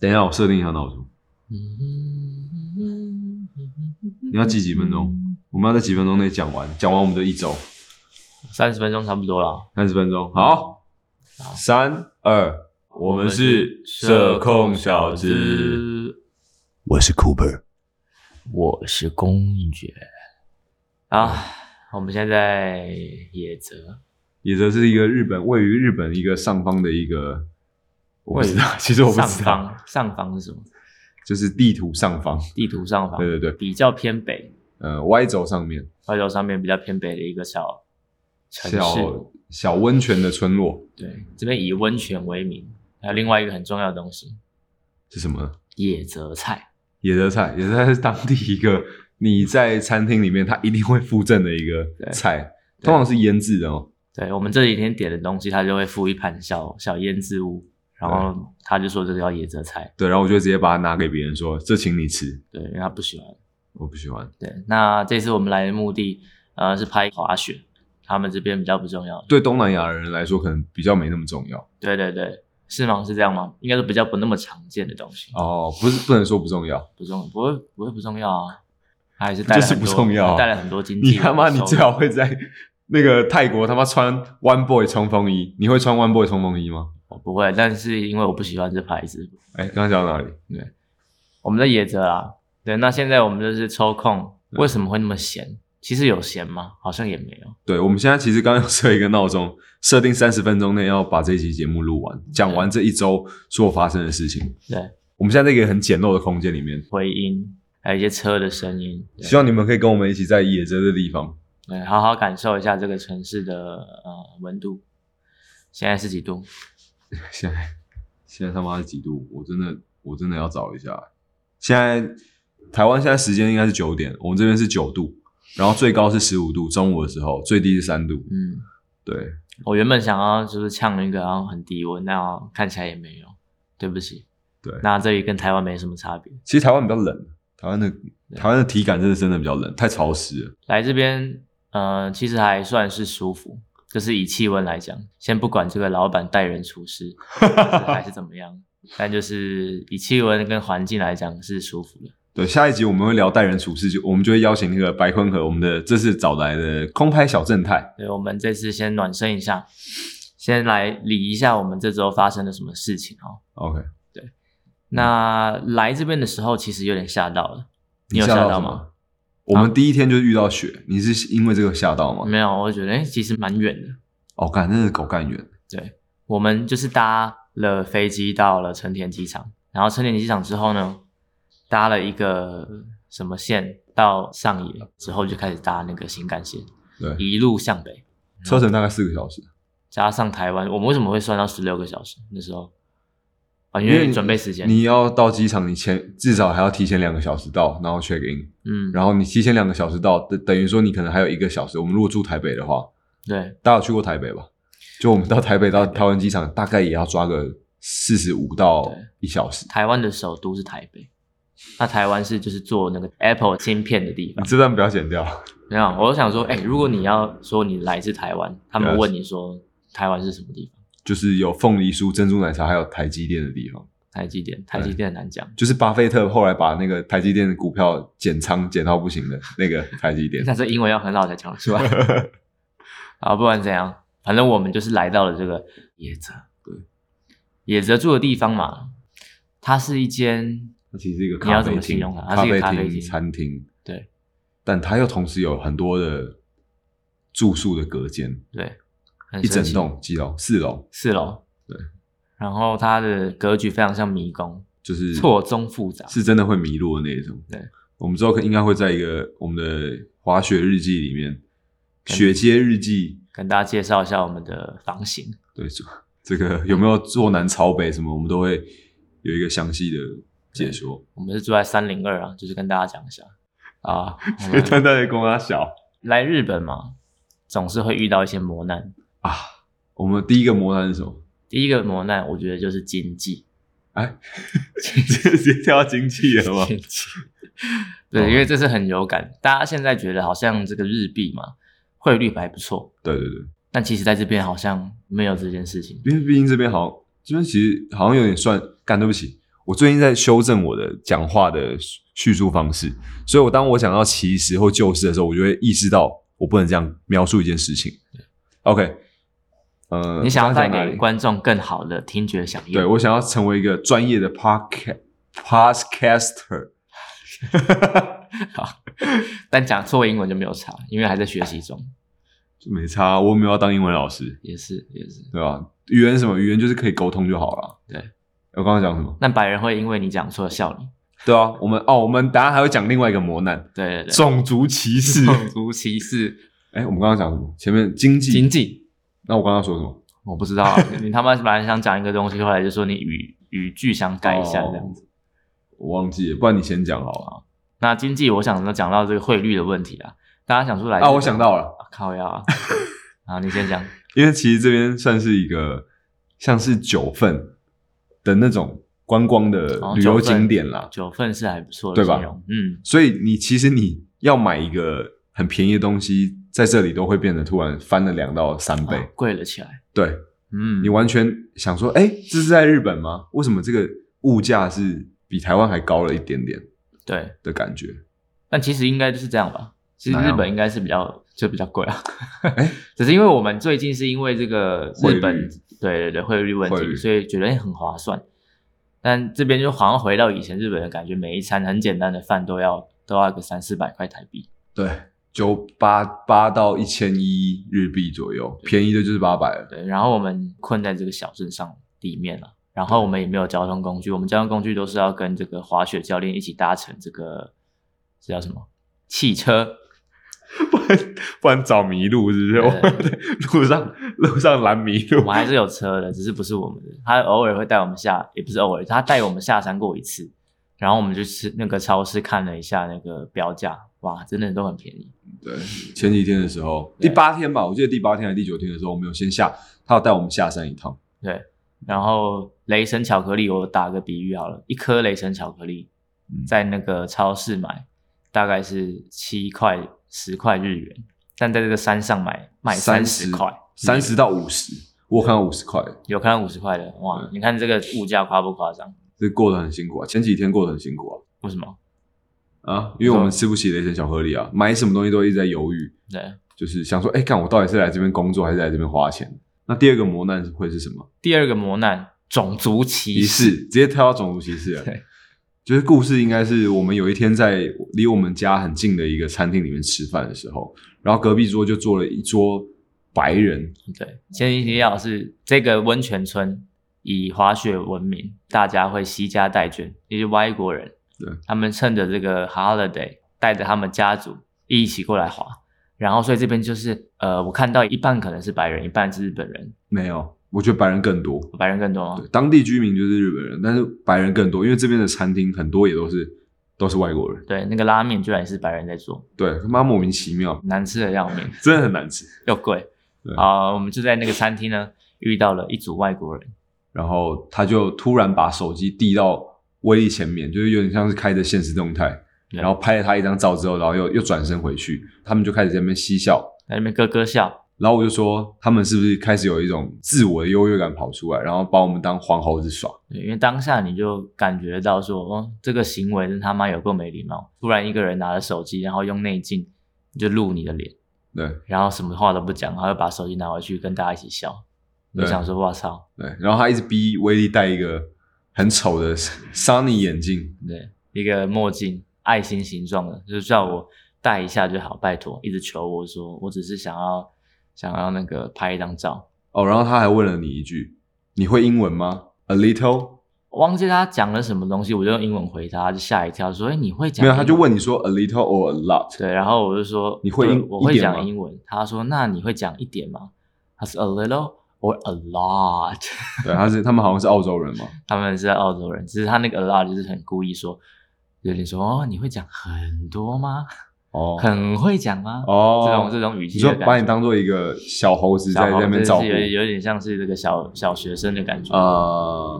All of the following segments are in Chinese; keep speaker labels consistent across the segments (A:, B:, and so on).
A: 等一下，我设定一下闹钟，
B: 你
A: 你要记几分
B: 嗯
A: 钟？我们要在几分钟内讲完，讲完我们就一周
B: 三十分钟差不多了。
A: 三十分钟。好，
B: 好
A: 三二，我们是社控小子。，
C: 我是 Cooper，
B: 我是公爵。啊，我们现在在野泽，
A: 野泽是一个日本位于日本一个上方的一个，我不知道，其实我不
B: 上
A: 知道，
B: 方上方是什么？
A: 就是地图上方，
B: 地图上方，
A: 对对对，
B: 比较偏北，
A: 呃，Y 轴上面
B: 外头上面比较偏北的一个小城市。
A: 小小温泉的村落
B: 对，这边以温泉为名，还有另外一个很重要的东西，
A: 是什么呢？
B: 野泽菜。
A: 野泽菜，野泽菜是当地一个你在餐厅里面它一定会附赠的一个
B: 对
A: 菜，通常是腌制的哦。
B: 对我们这几天点的东西，它就会附一盘小小腌制物，然后他就说这个叫野泽菜，
A: 对，然后我就直接把它拿给别人说，这请你吃，
B: 对，因为他不喜欢。
A: 我不喜欢。
B: 对，那这次我们来的目的，呃，是拍滑雪，他们这边比较不重要。
A: 对东南亚人来说，可能比较没那么重要
B: 对对对，是吗？是这样吗？应该是比较不那么常见的东西，
A: 哦，不是不能说不重要。
B: 不重不会不会不重要啊，它还是带来
A: 就是
B: 很
A: 不
B: 多
A: 重要啊
B: 带来很多经济。
A: 你他妈，你最好会在那个泰国他妈穿 One Boy 冲锋衣，你会穿 One Boy 冲锋衣吗？
B: 我不会，但是因为我不喜欢这牌子，
A: 哎，刚刚讲到哪里？
B: 我们在野泽啊。对，那现在我们就是抽空，
A: 对
B: 为什么会那么闲？其实有闲吗？好像也没有。
A: 对，我们现在其实刚刚有设一个闹钟，设定三十分钟内要把这一期节目录完，讲完这一周所发生的事情。
B: 对，
A: 我们现在在一个很简陋的空间里面，
B: 回音，还有一些车的声音。对
A: 希望你们可以跟我们一起在野泽的地方。
B: 对，好好感受一下这个城市的呃温度。现在是几度？
A: 现在现在他妈是几度？我真的我真的要找一下。现在台湾现在时间应该是九点，我们这边是九度，然后最高是十五度，中午的时候最低是三度。
B: 嗯，
A: 对，
B: 我原本想要就是呛一个，然后很低温，那看起来也没有。对不起，
A: 对
B: 那这里跟台湾没什么差别。
A: 其实台湾比较冷，台湾的
B: 对
A: 台湾的体感真的真的比较冷，太潮湿了。
B: 来这边，呃，其实还算是舒服，就是以气温来讲，先不管这个老板待人处事还是还是怎么样，但就是以气温跟环境来讲是舒服的。
A: 对，下一集我们会聊待人处事，就我们就会邀请那个白坤和我们的这次找来的空拍小正太。
B: 所以我们这次先暖身一下，先来理一下我们这周发生了什么事情哦。
A: OK，
B: 那来这边的时候，其实有点吓到了，你有吓
A: 到
B: 到
A: 什
B: 吗？啊
A: 么？我们第一天就遇到雪，你是因为这个吓到吗？
B: 没有，我觉得哎、诶其实蛮远的。
A: 哦，干，真的是狗干远。
B: 我们就是搭了飞机到了成田机场，然后成田机场之后呢，搭了一个什么线到上野，之后就开始搭那个新干线，
A: 对，
B: 一路向北，
A: 车程大概四个小时，
B: 加上台湾，我们为什么会算到十六个小时？那时候啊，因
A: 因为
B: 为
A: 你
B: 准备时间，
A: 你要到机场，你前至少还要提前两个小时到，然后 check in，
B: 嗯，
A: 然后你提前两个小时到，等等于说你可能还有一个小时。我们如果住台北的话，
B: 对，
A: 大家有去过台北吧？就我们到台北到台湾机场，大概也要抓个四十五到
B: 对
A: 一小时。
B: 台湾的首都是台北，那台湾是就是做那个 Apple 芯片的地
A: 你
B: 方。
A: 这段不要剪掉，
B: 没有，我就想说，哎、如果你要说你来自台湾，他们
A: Yes
B: 问你说台湾是什么地方？
A: 就是有凤梨酥、珍珠奶茶，还有台积电的地方。
B: 台积电，台积电很难讲。
A: 就是巴菲特后来把那个台积电的股票减仓减到不行的那个台积电。
B: 但是英文要很好才讲得 出来。啊，不管怎样，反正我们就是来到了这个野泽，
A: 对，
B: 野泽住的地方嘛，它是一间
A: 它其实是一个
B: 你
A: 咖
B: 要怎
A: 啡
B: 么形
A: 厅
B: 容它、啊它是一个咖啡
A: 厅、
B: 厅
A: 餐厅，
B: 对
A: 但它又同时有很多的住宿的隔间，
B: 对，很
A: 一整
B: 神奇
A: 栋几楼？四楼，
B: 四楼，
A: 对，
B: 然后它的格局非常像迷宫，
A: 就是
B: 错综复杂，
A: 是真的会迷路的那种。
B: 对，
A: 我们之后可应该会在一个我们的滑雪日记里面，雪街日记，
B: 跟大家介绍一下我们的房型。
A: 对，这这个有没有坐南朝北什么，我们都会有一个详细的解说。
B: 我们是住在三零二啊，就是跟大家讲一下啊，我
A: 但
B: 们
A: 大家跟他小
B: 来日本嘛，总是会遇到一些磨难。
A: 啊，我们第一个磨难是什么？
B: 第一个磨难，我觉得就是经济，
A: 哎，直接跳到经济 了吗？
B: 经济，对，因为这是很有感。大家现在觉得好像这个日币嘛，汇率还不错，
A: 对对对，
B: 但其实在这边好像没有这件事情。
A: 因为毕竟这边好像这边其实好像有点算，干对不起，我最近在修正我的讲话的叙述方式，所以我当我讲到其实或就是的时候，我就会意识到我不能这样描述一件事情。OK，呃，
B: 你想要带
A: 刚刚讲哪
B: 给
A: 里
B: 观众更好的听觉享
A: 对
B: 用。
A: 我想要成为一个专业的 podcast podcaster。
B: 好，但讲错英文就没有差，因为还在学习中，
A: 就没差，啊我没有要当英文老师，
B: 也是也是。
A: 对吧、语言是什么语言就是可以沟通就好了。
B: 对，
A: 我刚刚讲什么？
B: 但白人会因为你讲错笑你。
A: 对啊，我们哦，我们等下还会讲另外一个磨难，
B: 对对对，
A: 种族歧 视。
B: 种族歧视、
A: 哎，我们刚刚讲什么？前面经济，
B: 经济，
A: 那我刚刚说什么？
B: 我不知道啊， 你他妈本来想讲一个东西，后来就说你语语句想改一下
A: 哦
B: 这样子。
A: 我忘记了，不然你先讲好了。
B: 那经济，我想讲到这个汇率的问题啊，大家想出来
A: 啊，我想到了，
B: 靠腰啊， 啊，你先讲，
A: 因为其实这边算是一个像是九份的那种观光的
B: 哦
A: 旅游景点啦，
B: 九份是还不错的
A: 对吧
B: 形容，嗯，
A: 所以你其实你要买一个很便宜的东西，在这里都会变得突然翻了两到三倍。
B: 啊贵了起来，
A: 对
B: 嗯，
A: 你完全想说，哎、这是在日本吗？为什么这个物价是比台湾还高了一点点
B: 对，
A: 的感觉？
B: 但其实应该就是这样吧。其实
A: 哪
B: 日
A: 样
B: 本应该是比较就比较贵啊
A: 哎，
B: 只是因为我们最近是因为这个
A: 汇
B: 日
A: 率
B: 本对对对汇率问
A: 汇
B: 题，
A: 率
B: 所以觉得哎很划算。但这边就好像回到以前日本的感觉，每一餐很简单的饭都要都要个三四百块台币，
A: 对，就八八到一千一日币左右，便宜的就是八百了。
B: 对。然后我们困在这个小镇上里面了，然后我们也没有交通工具，我们交通工具都是要跟这个滑雪教练一起搭乘这个这叫什么汽车，
A: 不然不然找迷路是不是？
B: 对
A: 我们在路上路上拦迷
B: 我
A: 路
B: 们还是有车的，只是不是我们的。他偶尔会带我们下，也不是偶尔，他带我们下山过一次。然后我们就吃那个超市看了一下那个标价，哇，真的都很便宜。
A: 对，前几天的时候，第八天吧，我记得第八天还是第九天的时候，我们有先下，他要带我们下山一趟。
B: 然后雷神巧克力，我打个比喻好了，一颗雷神巧克力
A: 嗯
B: 在那个超市买大概是七块十块日元，但在这个山上买卖三十块，
A: 三十到五十，我有看到五十块，
B: 有看到五十块的哇
A: 对！
B: 你看这个物价夸不夸张？
A: 这过得很辛苦啊。前几天过得很辛苦
B: 为什么？
A: 啊，啊，因为我们吃不起雷神巧克力啊，买什么东西都一直在犹豫，
B: 对，
A: 就是想说，哎、看我到底是来这边工作还是来这边花钱？那第二个磨难会是什么？
B: 第二个磨难，种族歧
A: 歧
B: 视。
A: 视，直接跳到种族歧视了
B: 对。
A: 就是故事应该是我们有一天在离我们家很近的一个餐厅里面吃饭的时候，然后隔壁桌就坐了一桌白人，
B: 对，先提要是这个温泉村以滑雪闻名，大家会惜家带眷，也就是外国人，
A: 对，
B: 他们趁着这个 holiday 带着他们家族一起过来滑，然后所以这边就是呃，我看到一半可能是白人，一半是日本人，
A: 没有，我觉得白人更多。
B: 白人更多吗
A: 对，当地居民就是日本人，但是白人更多，因为这边的餐厅很多也都是都是外国人。
B: 对，那个拉面居然也是白人在做，
A: 对，他妈莫名其妙，
B: 难吃的要命，
A: 真的很难吃。
B: 又贵
A: 对。
B: 啊、我们就在那个餐厅呢遇到了一组外国人，
A: 然后他就突然把手机递到威力前面，就是有点像是开着现实动态，
B: 对
A: 然后拍了他一张照之后，然后又又转身回去，他们就开始在那边嬉笑。
B: 在那边咯咯笑，
A: 然后我就说，他们是不是开始有一种自我的优越感跑出来，然后把我们当黄猴子耍？
B: 对，因为当下你就感觉到说，哦，这个行为真他妈有够没礼貌。突然一个人拿着手机，然后用内镜就录你的脸，
A: 对
B: 然后什么话都不讲，然后把手机拿回去跟大家一起笑。你就
A: 对
B: 想说，哇操，
A: 对，然后他一直逼威力戴一个很丑的 Sony 眼镜，
B: 对，一个墨镜，爱心形状的，就是叫我戴一下就好，拜托，一直求我说，我只是想要想要那个拍一张照。
A: 哦，然后他还问了你一句：“你会英文吗？”A little，
B: 我忘记他讲了什么东西，我就用英文回他，他就吓一跳，说，哎，你会讲
A: 没
B: 英
A: 有，他
B: 文？
A: 就问你说 “a little” or “a lot”。
B: 对，然后我就说
A: 你会
B: 对
A: 英
B: 我
A: 一
B: 会
A: 点
B: 讲
A: 吗
B: 英文。他说那你会讲一点吗？他是 a little or a lot。
A: 对，他是他们好像是澳洲人嘛。
B: 他们是澳洲人，只是他那个 a lot 就是很故意说，有点说哦，你会讲很多吗？
A: 哦
B: 很会讲吗？
A: 哦，
B: 这种这种语气
A: 你说
B: 的感觉，
A: 把你当做一个小猴子
B: 小
A: 在
B: 猴
A: 那边
B: 子
A: 照
B: 是
A: 顾
B: 有有点像是这个小小学生的感觉。
A: 啊、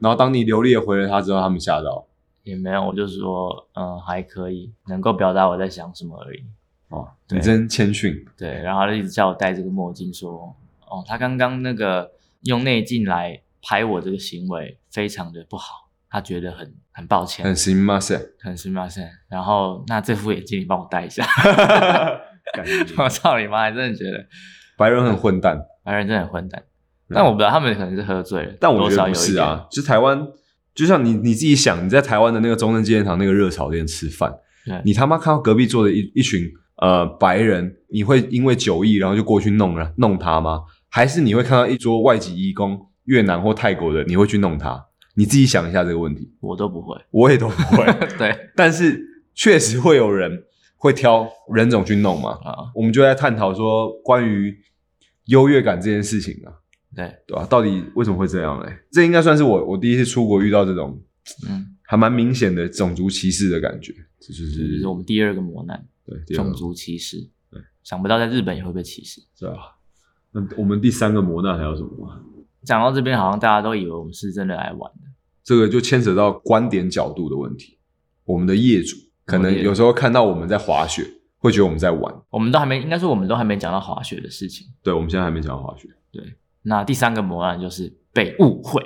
A: 然后当你流利的回了他之后，他们吓到。
B: 也没有，我就说嗯还可以，能够表达我在想什么而已。
A: 哦，
B: 对
A: 你真谦逊。
B: 对，然后他就一直叫我戴这个墨镜，说，哦，他刚刚那个用内镜来拍我这个行为非常的不好，他觉得很很抱歉，
A: 很行吗？ 是，
B: 很失马塞。然后那这副眼镜你帮我 戴一下，
A: 感觉
B: 我操你妈！还真的觉得
A: 白人很混蛋，
B: 白人真的很混蛋。
A: 嗯
B: 但我不知道他们可能是喝醉了，
A: 但我
B: 多
A: 觉
B: 少
A: 得
B: 有
A: 不
B: 一
A: 是
B: 点
A: 啊，，就是台湾，就像你你自己想，你在台湾的那个中正纪念堂那个热炒店吃饭，
B: 对
A: 你他妈看到隔壁坐的一一群呃白人，你会因为酒意然后就过去弄了弄他吗？还是你会看到一桌外籍义工、越南或泰国的，你会去弄他？你自己想一下这个问题，
B: 我都不 会。
A: 我也都不会，
B: 对
A: 但是确实会有人会挑人种去弄嘛。
B: 啊、
A: 我们就在探讨说关于优越感这件事情啊，
B: 对，
A: 对吧、到底为什么会这样嘞？这应该算是我我第一次出国遇到这种
B: 嗯，
A: 还蛮明显的种族歧视的感觉，这就
B: 这就是是我们第二个磨难，
A: 对第二个
B: 种族歧视
A: 对。
B: 想不到在日本也会被歧视。
A: 是吧？啊那我们第三个磨难还有什么啊吗？
B: 讲到这边，好像大家都以为我们是真的来玩的。
A: 这个就牵扯到观点角度的问题。我们的业主可能有时候看到我们在滑雪，会觉得我们在玩。
B: 我们都还没，应该说我们都还没讲到滑雪的事情。
A: 对，我们现在还没讲到滑雪，
B: 那第三个磨难就是被 误会，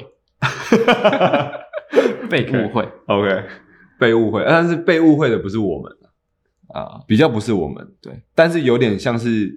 B: 被误会
A: OK，被误会，但是被误会的不是我们，
B: 啊，
A: 比较不是我们，
B: 对，
A: 但是有点像是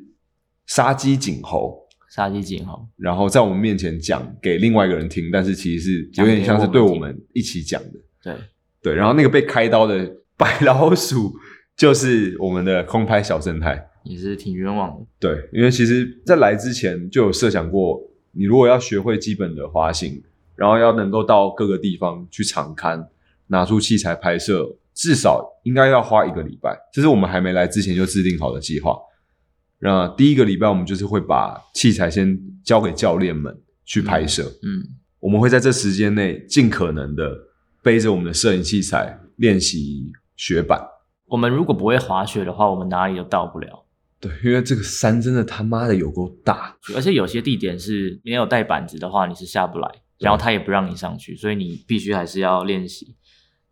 A: 杀鸡儆猴，
B: 杀鸡儆猴，
A: 然后在我们面前讲给另外一个人听，但是其实是有点像是对我们一起讲的，
B: 对，
A: 对，然后那个被开刀的白老鼠就是我们的空拍小正太，
B: 也是挺冤枉的。
A: 对，因为其实，在来之前就有设想过，你如果要学会基本的滑行，然后要能够到各个地方去场勘，拿出器材拍摄，至少应该要花一个礼拜。这是我们还没来之前就制定好的计划。那第一个礼拜，我们就是会把器材先交给教练们去拍摄，
B: 嗯，
A: 我们会在这时间内尽可能的背着我们的摄影器材练习雪板。
B: 我们如果不会滑雪的话，我们哪里都到不了。
A: 对，因为这个山真的他妈的有够大，
B: 而且有些地点是没有带板子的话，你是下不来，然后他也不让你上去，所以你必须还是要练习，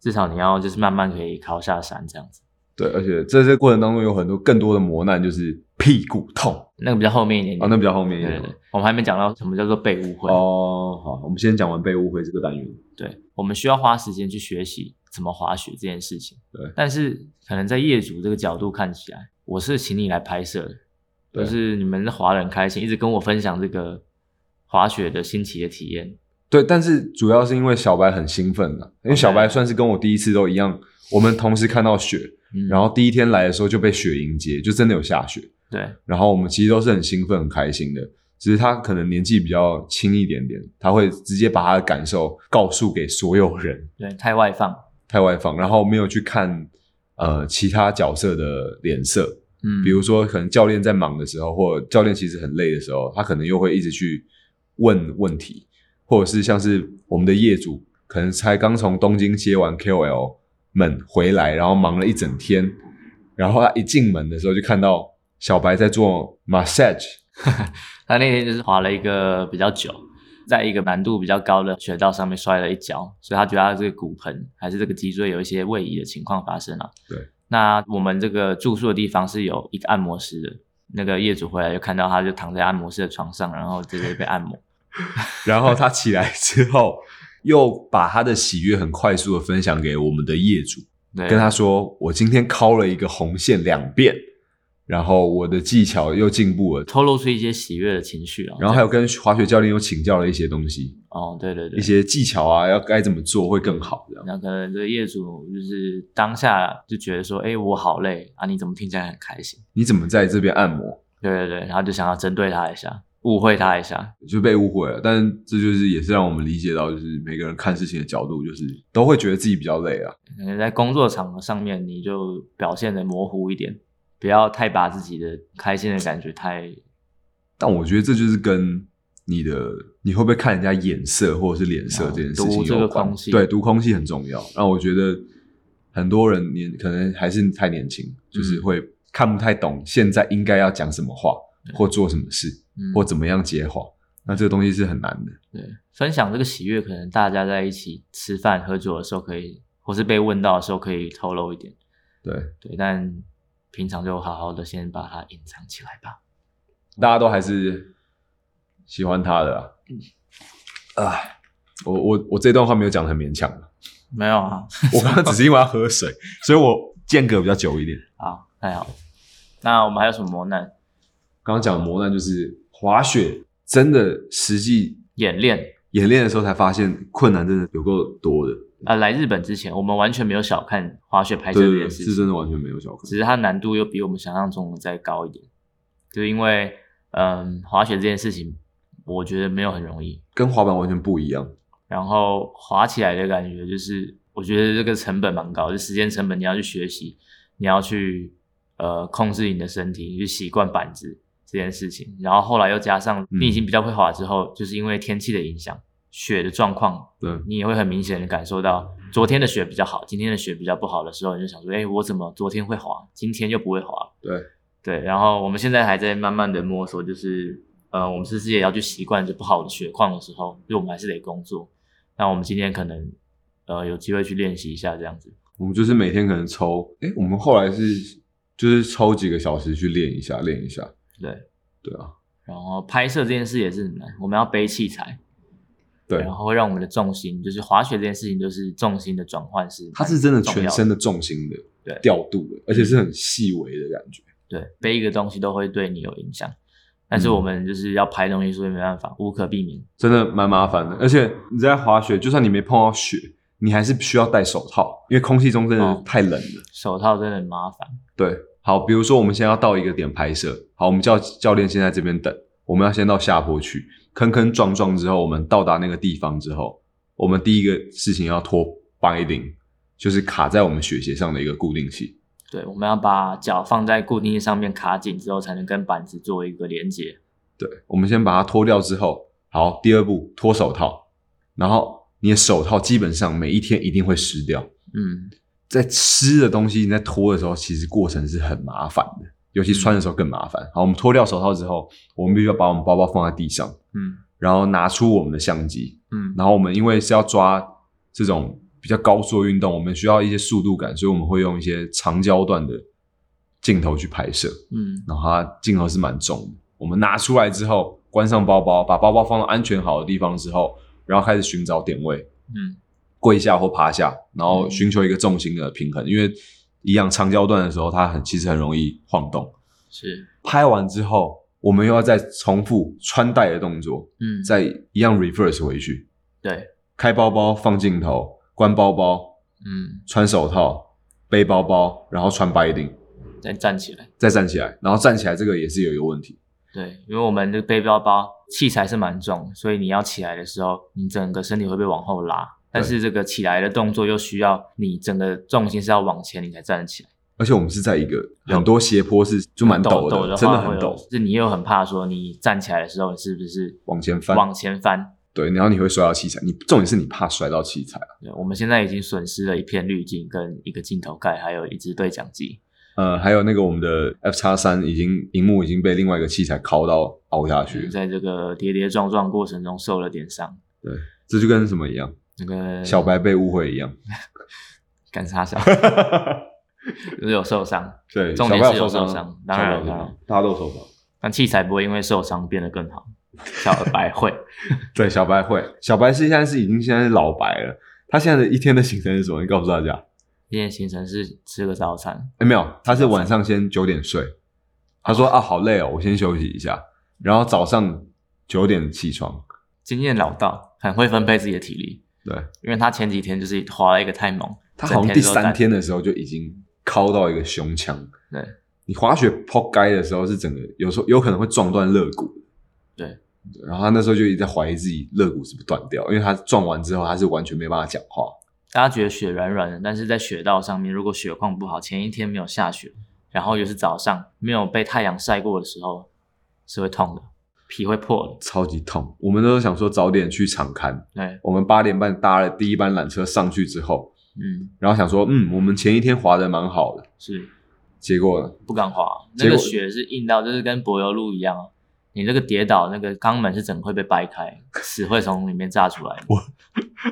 B: 至少你要就是慢慢可以靠下山这样子。
A: 对，而且在这过程当中有很多更多的磨难，就是屁股痛
B: 那个比较后面一点
A: 啊，
B: 点，
A: 那比较后面一
B: 对嗯对
A: 点。
B: 对，我们还没讲到什么叫做被误会。
A: 哦，好，我们先讲完被误会这个单元。
B: 对，我们需要花时间去学习怎么滑雪这件事情。
A: 对
B: 但是可能在业主这个角度看起来，我是请你来拍摄的，
A: 对
B: 就是你们滑得很开心，一直跟我分享这个滑雪的新奇的体验。
A: 对，但是主要是因为小白很兴奋啊，因为小白算是跟我第一次都一样，我们同时看到雪，
B: 嗯，
A: 然后第一天来的时候就被雪迎接，就真的有下雪，
B: 对
A: 然后我们其实都是很兴奋、很开心的。只是他可能年纪比较轻一点点，他会直接把他的感受告诉给所有人，
B: 对，太外放，
A: 太外放，然后没有去看呃其他角色的脸色，
B: 嗯，
A: 比如说可能教练在忙的时候，或者教练其实很累的时候，他可能又会一直去问问题，或者是像是我们的业主，可能才刚从东京接完 KOL 们回来，然后忙了一整天，然后他一进门的时候就看到小白在做 massage，
B: 他那天就是滑了一个比较久，在一个难度比较高的雪道上面摔了一跤，所以他觉得他这个骨盆还是这个脊椎有一些位移的情况发生了、啊
A: 对，
B: 那我们这个住宿的地方是有一个按摩师的，那个业主回来就看到他就躺在按摩师的床上，然后直接被 按摩。
A: 然后他起来之后又把他的喜悦很快速的分享给我们的业主。
B: 对，
A: 跟他说，我今天敲了一个红线两遍，然后我的技巧又进步了，
B: 透露出一些喜悦的情绪 啊。
A: 然后还有跟滑雪教练又请教了一些东西，
B: 哦，对对对
A: 一，些技巧啊，要该怎么做会更好这样。
B: 那可能这个业主就是当下就觉得说，哎，我好累啊，你怎么听起来很开心？
A: 你怎么在这边按摩
B: 对对对，然后就想要针对他一下，误会他一下，
A: 就被误会了？但这就是也是让我们理解到，就是每个人看事情的角度，就是都会觉得自己比较累啊。
B: 可能在工作场合上面，你就表现的模糊一点，不要太把自己的开心的感觉太嗯
A: 但我觉得这就是跟你的你会不会看人家眼色或者是脸色
B: 哦
A: 这件事情
B: 读这
A: 有
B: 个
A: 关
B: 空。气
A: 对，读空气很重要。那我觉得很多人年可能还是太年轻，
B: 嗯
A: 就是会看不太懂现在应该要讲什么话，或做什么事，
B: 嗯
A: 或怎么样接话。那这个东西是很难的。
B: 对分享这个喜悦，可能大家在一起吃饭喝酒的时候可以，或是被问到的时候可以透露一点，
A: 对，
B: 对，但平常就好好的先把它隐藏起来吧。
A: 大家都还是喜欢他的啊。唉我我我这段话没有讲得很勉强，
B: 没有啊，
A: 我刚刚只是因为要喝水，所以我间隔比较久一点。
B: 好，太好。那我们还有什么磨难？
A: 刚刚讲磨难就是滑雪，真的实际
B: 演练
A: 演练的时候才发现困难真的有够多的，
B: 啊、来日本之前，我们完全没有小看滑雪拍摄
A: 对
B: 这
A: 对对，
B: 件事
A: 是
B: 情，
A: 真的完全没有小看
B: 只。是它难度又比我们想象中的再高一点，就是因为嗯，滑雪这件事情，我觉得没有很容易。
A: 跟滑板完全不一样。
B: 然后滑起来的感觉就是，我觉得这个成本蛮高，就时间成本，你要去学习，你要去呃控制你的身体，你去习惯板子这件事情。然后后来又加上
A: 嗯
B: 你已经比较会滑之后，就是因为天气的影响，雪的状况，
A: 对，
B: 你也会很明显的感受到，昨天的雪比较好，今天的雪比较不好的时候，你就想说，哎，我怎么昨天会滑，今天又不会滑？
A: 对
B: 对，然后我们现在还在慢慢的摸索，就是呃，我们是不是也要去习惯就不好的雪况的时候，因为我们还是得工作。那我们今天可能呃有机会去练习一下这样子。
A: 我们就是每天可能抽，哎，我们后来是就是抽几个小时去练一下，练一下。
B: 对，
A: 对啊，
B: 然后拍摄这件事也是很难，我们要背器材，
A: 对
B: 然，后会让我们的重心就是滑雪这件事情，就是重心的转换是
A: 它是真的全身
B: 的，
A: 的重心的
B: 对
A: 调度的，而且是很细微的感觉。
B: 对，背一个东西都会对你有影响。但是
A: 嗯
B: 我们就是要拍东西，所以没办法，无可避免。
A: 真的蛮麻烦的。而且你在滑雪，就算你没碰到雪，你还是需要戴手套，因为空气中真的
B: 哦
A: 太冷了。
B: 手套真的很麻烦。
A: 对，好，比如说我们现在要到一个点拍摄，好，我们叫教练先在这边等，我们要先到下坡去，坑坑撞撞之后，我们到达那个地方之后，我们第一个事情要脱 binding，就是卡在我们雪鞋上的一个固定器。
B: 对，我们要把脚放在固定器上面卡紧之后，才能跟板子做一个连接。
A: 对，我们先把它脱掉之后，好，第二步脱手套，然后你的手套基本上每一天一定会湿掉。
B: 嗯，
A: 在吃的东西，你在脱的时候，其实过程是很麻烦的，尤其穿的时候更麻烦。好，我们脱掉手套之后，我们必须要把我们包包放在地上，
B: 嗯
A: 然后拿出我们的相机，
B: 嗯
A: 然后我们因为是要抓这种比较高速的运动，我们需要一些速度感，所以我们会用一些长焦段的镜头去拍摄，
B: 嗯
A: 然后它镜头是蛮重的。我们拿出来之后，关上包包，把包包放到安全好的地方之后，然后开始寻找点位。
B: 嗯，
A: 跪下或趴下，然后寻求一个重心的平衡，因为一样长焦段的时候，它很其实很容易晃动。
B: 是，
A: 拍完之后，我们又要再重复穿戴的动作，
B: 嗯，
A: 再一样 reverse 回去，
B: 对，
A: 开包包放镜头，关包包，
B: 嗯，
A: 穿手套，背包包，然后穿白领，
B: 再站起来。
A: 再站起来，然后站起来这个也是有一个问题，
B: 对，因为我们的背包包器材是蛮重，所以你要起来的时候，你整个身体会被往后拉。但
A: 对
B: 是这个起来的动作又需要你整个重心是要往前，你才站得起来。
A: 而且我们是在一个很多斜坡是就蛮
B: 抖
A: 陡
B: 抖
A: 的，
B: 的
A: 真的
B: 话
A: 很
B: 会有，
A: 陡，
B: 就是你又很怕说你站起来的时候，你是不是
A: 往前翻
B: 往前翻？
A: 对，然后你会摔到器材，你重点是你怕摔到器材，
B: 对，我们现在已经损失了一片滤镜、跟一个镜头盖，还有一支对讲机。
A: 呃，还有那个我们的 F 叉三已经荧幕已经被另外一个器材敲到凹下去了，
B: 在这个跌跌撞撞过程中受了点伤，
A: 这就跟什么一样，
B: 那个
A: 小白被误会一 样。
B: 干啥小，就是有受伤，
A: 对，
B: 重
A: 小
B: 点
A: 白
B: 是
A: 有
B: 有
A: 伤啊
B: 受伤，当然
A: 小白有受
B: 当然
A: 伤，大家都有受伤。
B: 但器材不会因为受伤变得更好。小白会，
A: 对，小白会，小白是现在是已经现在是老白了，他现在的一天的行程是什么？你告诉大家，
B: 今天行程是吃个早餐，
A: 哎，没有，他是晚上先九点睡，他说啊好累哦，我先休息一下，然后早上九点起床，
B: 经验老道，很会分配自己的体力，
A: 对
B: 因为他前几天就是滑了一个太猛，
A: 他好
B: 整
A: 像第
B: 都
A: 三
B: 在
A: 天的时候就已经敲到一个胸腔。
B: 对
A: 你滑雪抛街的时候是整个有时候有可能会撞断肋骨，
B: 对
A: 对然后他那时候就一直在怀疑自己肋骨是不是断掉，因为他撞完之后他是完全没办法讲话，
B: 大家觉得雪软软的，但是在雪道上面，如果雪况不好，前一天没有下雪，然后又是早上没有被太阳晒过的时候，是会痛的，皮会破的。
A: 超级痛。我们都想说早点去场刊，
B: 对，
A: 我们八点半搭了第一班缆车上去之后，
B: 嗯，
A: 然后想说嗯，我们前一天滑的蛮好的，
B: 是
A: 结果呢
B: 不敢滑，
A: 结
B: 那
A: 果
B: 个雪是硬到就是跟柏油路一样哦，你这个跌倒，那个肛门是整个会被掰开，屎会从里面炸出来。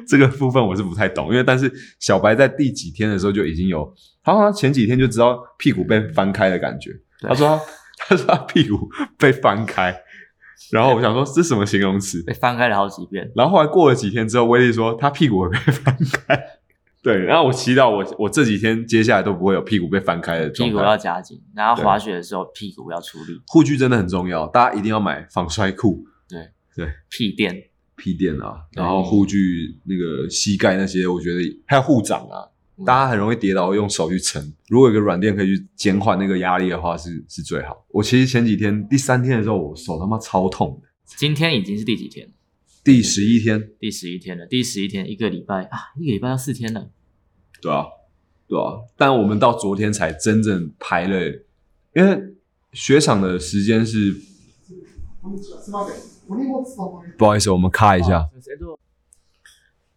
A: 这个部分我是不太懂，因为但是小白在第几天的时候就已经有，他好像前几天就知道屁股被翻开的感觉。
B: 对
A: 他说他他说他屁股被翻开，然后我想说这什么形容词？
B: 被翻开了好几遍，
A: 然后后来过了几天之后，威力说他屁股会被翻开， 对，然后我祈祷我我这几天接下来都不会有屁股被翻开的状
B: 屁
A: 态。
B: 股要夹紧，然后
A: 对
B: 滑雪的时候屁股要出力，
A: 护具真的很重要，大家一定要买防摔裤、
B: 屁垫。
A: 屁垫啊，
B: 对
A: 然后护具那个膝盖那些，我觉得还有护掌啊，
B: 嗯
A: 大家很容易跌倒，用手去撑。如果有个软垫可以去减缓那个压力的话，是是最好。我其实前几天第三天的时候，我手他妈超痛的。
B: 今天已经是第几天？
A: 第十一天，
B: 第十一天了。第十一天，一个礼拜啊，一个礼拜要四天了。
A: 对啊，对啊，但我们到昨天才真正排了，因为雪场的时间是，
D: こんにちは。すみません。お荷物の方に
A: 不好意思，我们卡一
B: 哦
A: 下。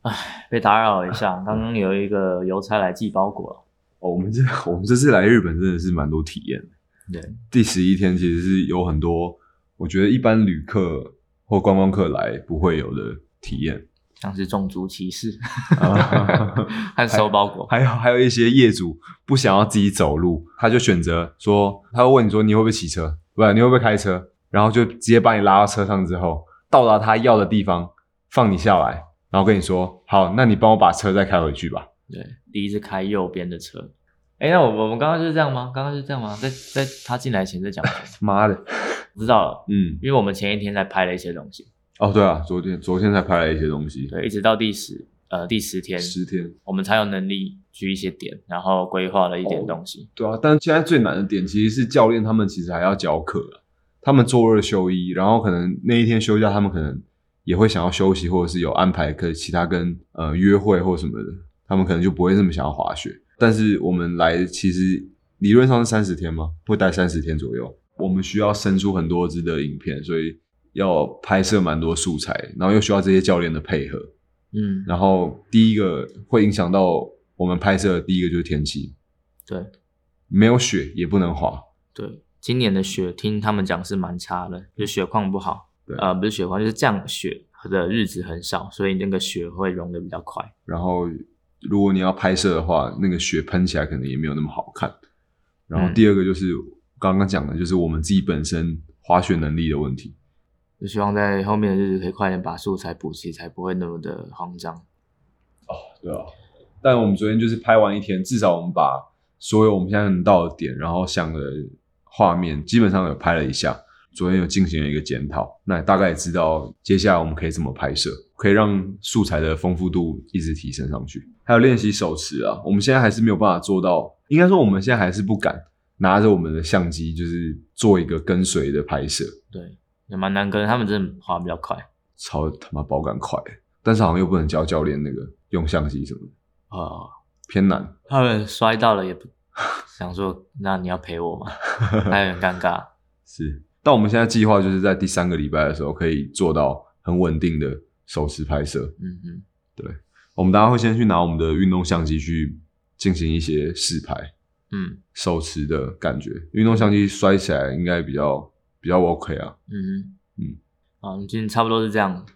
B: 哎，被打扰了一 下，刚刚有一个邮差来寄包裹
A: 哦，我们这我们这次来日本真的是蛮多体验的。
B: 了。对，
A: 第十一天其实是有很多，我觉得一般旅客或观光客来不会 有的体验，
B: 像是种族歧 视
A: 啊
B: 和收包裹。
A: 还有还有一些业主不想要自己走路，他就选择说，他会问你说你会不会骑车，不然你会不会开车，然后就直接把你拉到车上之后，到达他要的地方放你下来，然后跟你说，好，那你帮我把车再开回去吧。
B: 对，第一次开右边的车。哎，那我我们刚刚就是这样吗？刚刚是这样吗？在在他进来前再讲一下。
A: 妈的，
B: 我知道了，
A: 嗯，
B: 因为我们前一天才拍了一些东西，
A: 哦对啊，昨天昨天才拍了一些东西，
B: 对，一直到第十呃第十天，
A: 十天，
B: 我们才有能力举一些点，然后规划了一点东西。
A: 对啊，但现在最难的点其实是教练他们其实还要教课啊，他们周二休一，然后可能那一天休假，他们可能也会想要休息，或者是有安排跟其他跟呃约会或什么的，他们可能就不会那么想要滑雪。但是我们来其实理论上是三十天嘛，会待三十天左右，我们需要生出很多支的影片，所以要拍摄蛮多素材，然后又需要这些教练的配合。
B: 嗯，
A: 然后第一个会影响到我们拍摄的第一个就是天气，
B: 对
A: 没有雪也不能滑。
B: 对，今年的雪听他们讲是蛮差的，就雪况不好，
A: 对
B: 呃，不是雪况，就是降雪的日子很少，所以那个雪会融的比较快。
A: 然后如果你要拍摄的话，那个雪喷起来可能也没有那么好看。然后
B: 嗯
A: 第二个就是、刚刚讲的，就是我们自己本身滑雪能力的问题。
B: 就希望在后面的日子可以快点把素材补齐，才不会那么的慌张。
A: 对啊，但我们昨天就是拍完一天，至少我们把所有我们现在能到的点，然后想的画面，基本上有拍了一下。昨天有进行了一个检讨，那大概也知道接下来我们可以怎么拍摄，可以让素材的丰富度一直提升上去。还有练习手持啊，我们现在还是没有办法做到，应该说我们现在还是不敢拿着我们的相机，就是做一个跟随的拍摄，
B: 对，也蛮难跟他们真的滑比较快。
A: 超他妈爆感快，但是好像又不能教教练那个用相机什么的，
B: 呃，
A: 偏难。
B: 他们摔到了也不想说，那你要陪我吗？ 那有点尴尬。
A: 是，但我们现在计划就是在第三个礼拜的时候可以做到很稳定的手持拍摄。
B: 嗯嗯，
A: 我们大家会先去拿我们的运动相机去进行一些试拍，
B: 嗯
A: 手持的感觉。运动相机摔起来应该比较比较 OK 啊。
B: 嗯
A: 嗯
B: 嗯，好，我们今天差不多是这样，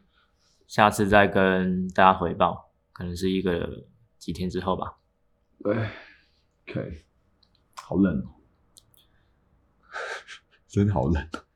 B: 下次再跟大家回报，可能是一个几天之后吧。
A: 对，OK，好冷哦，真的好冷哦。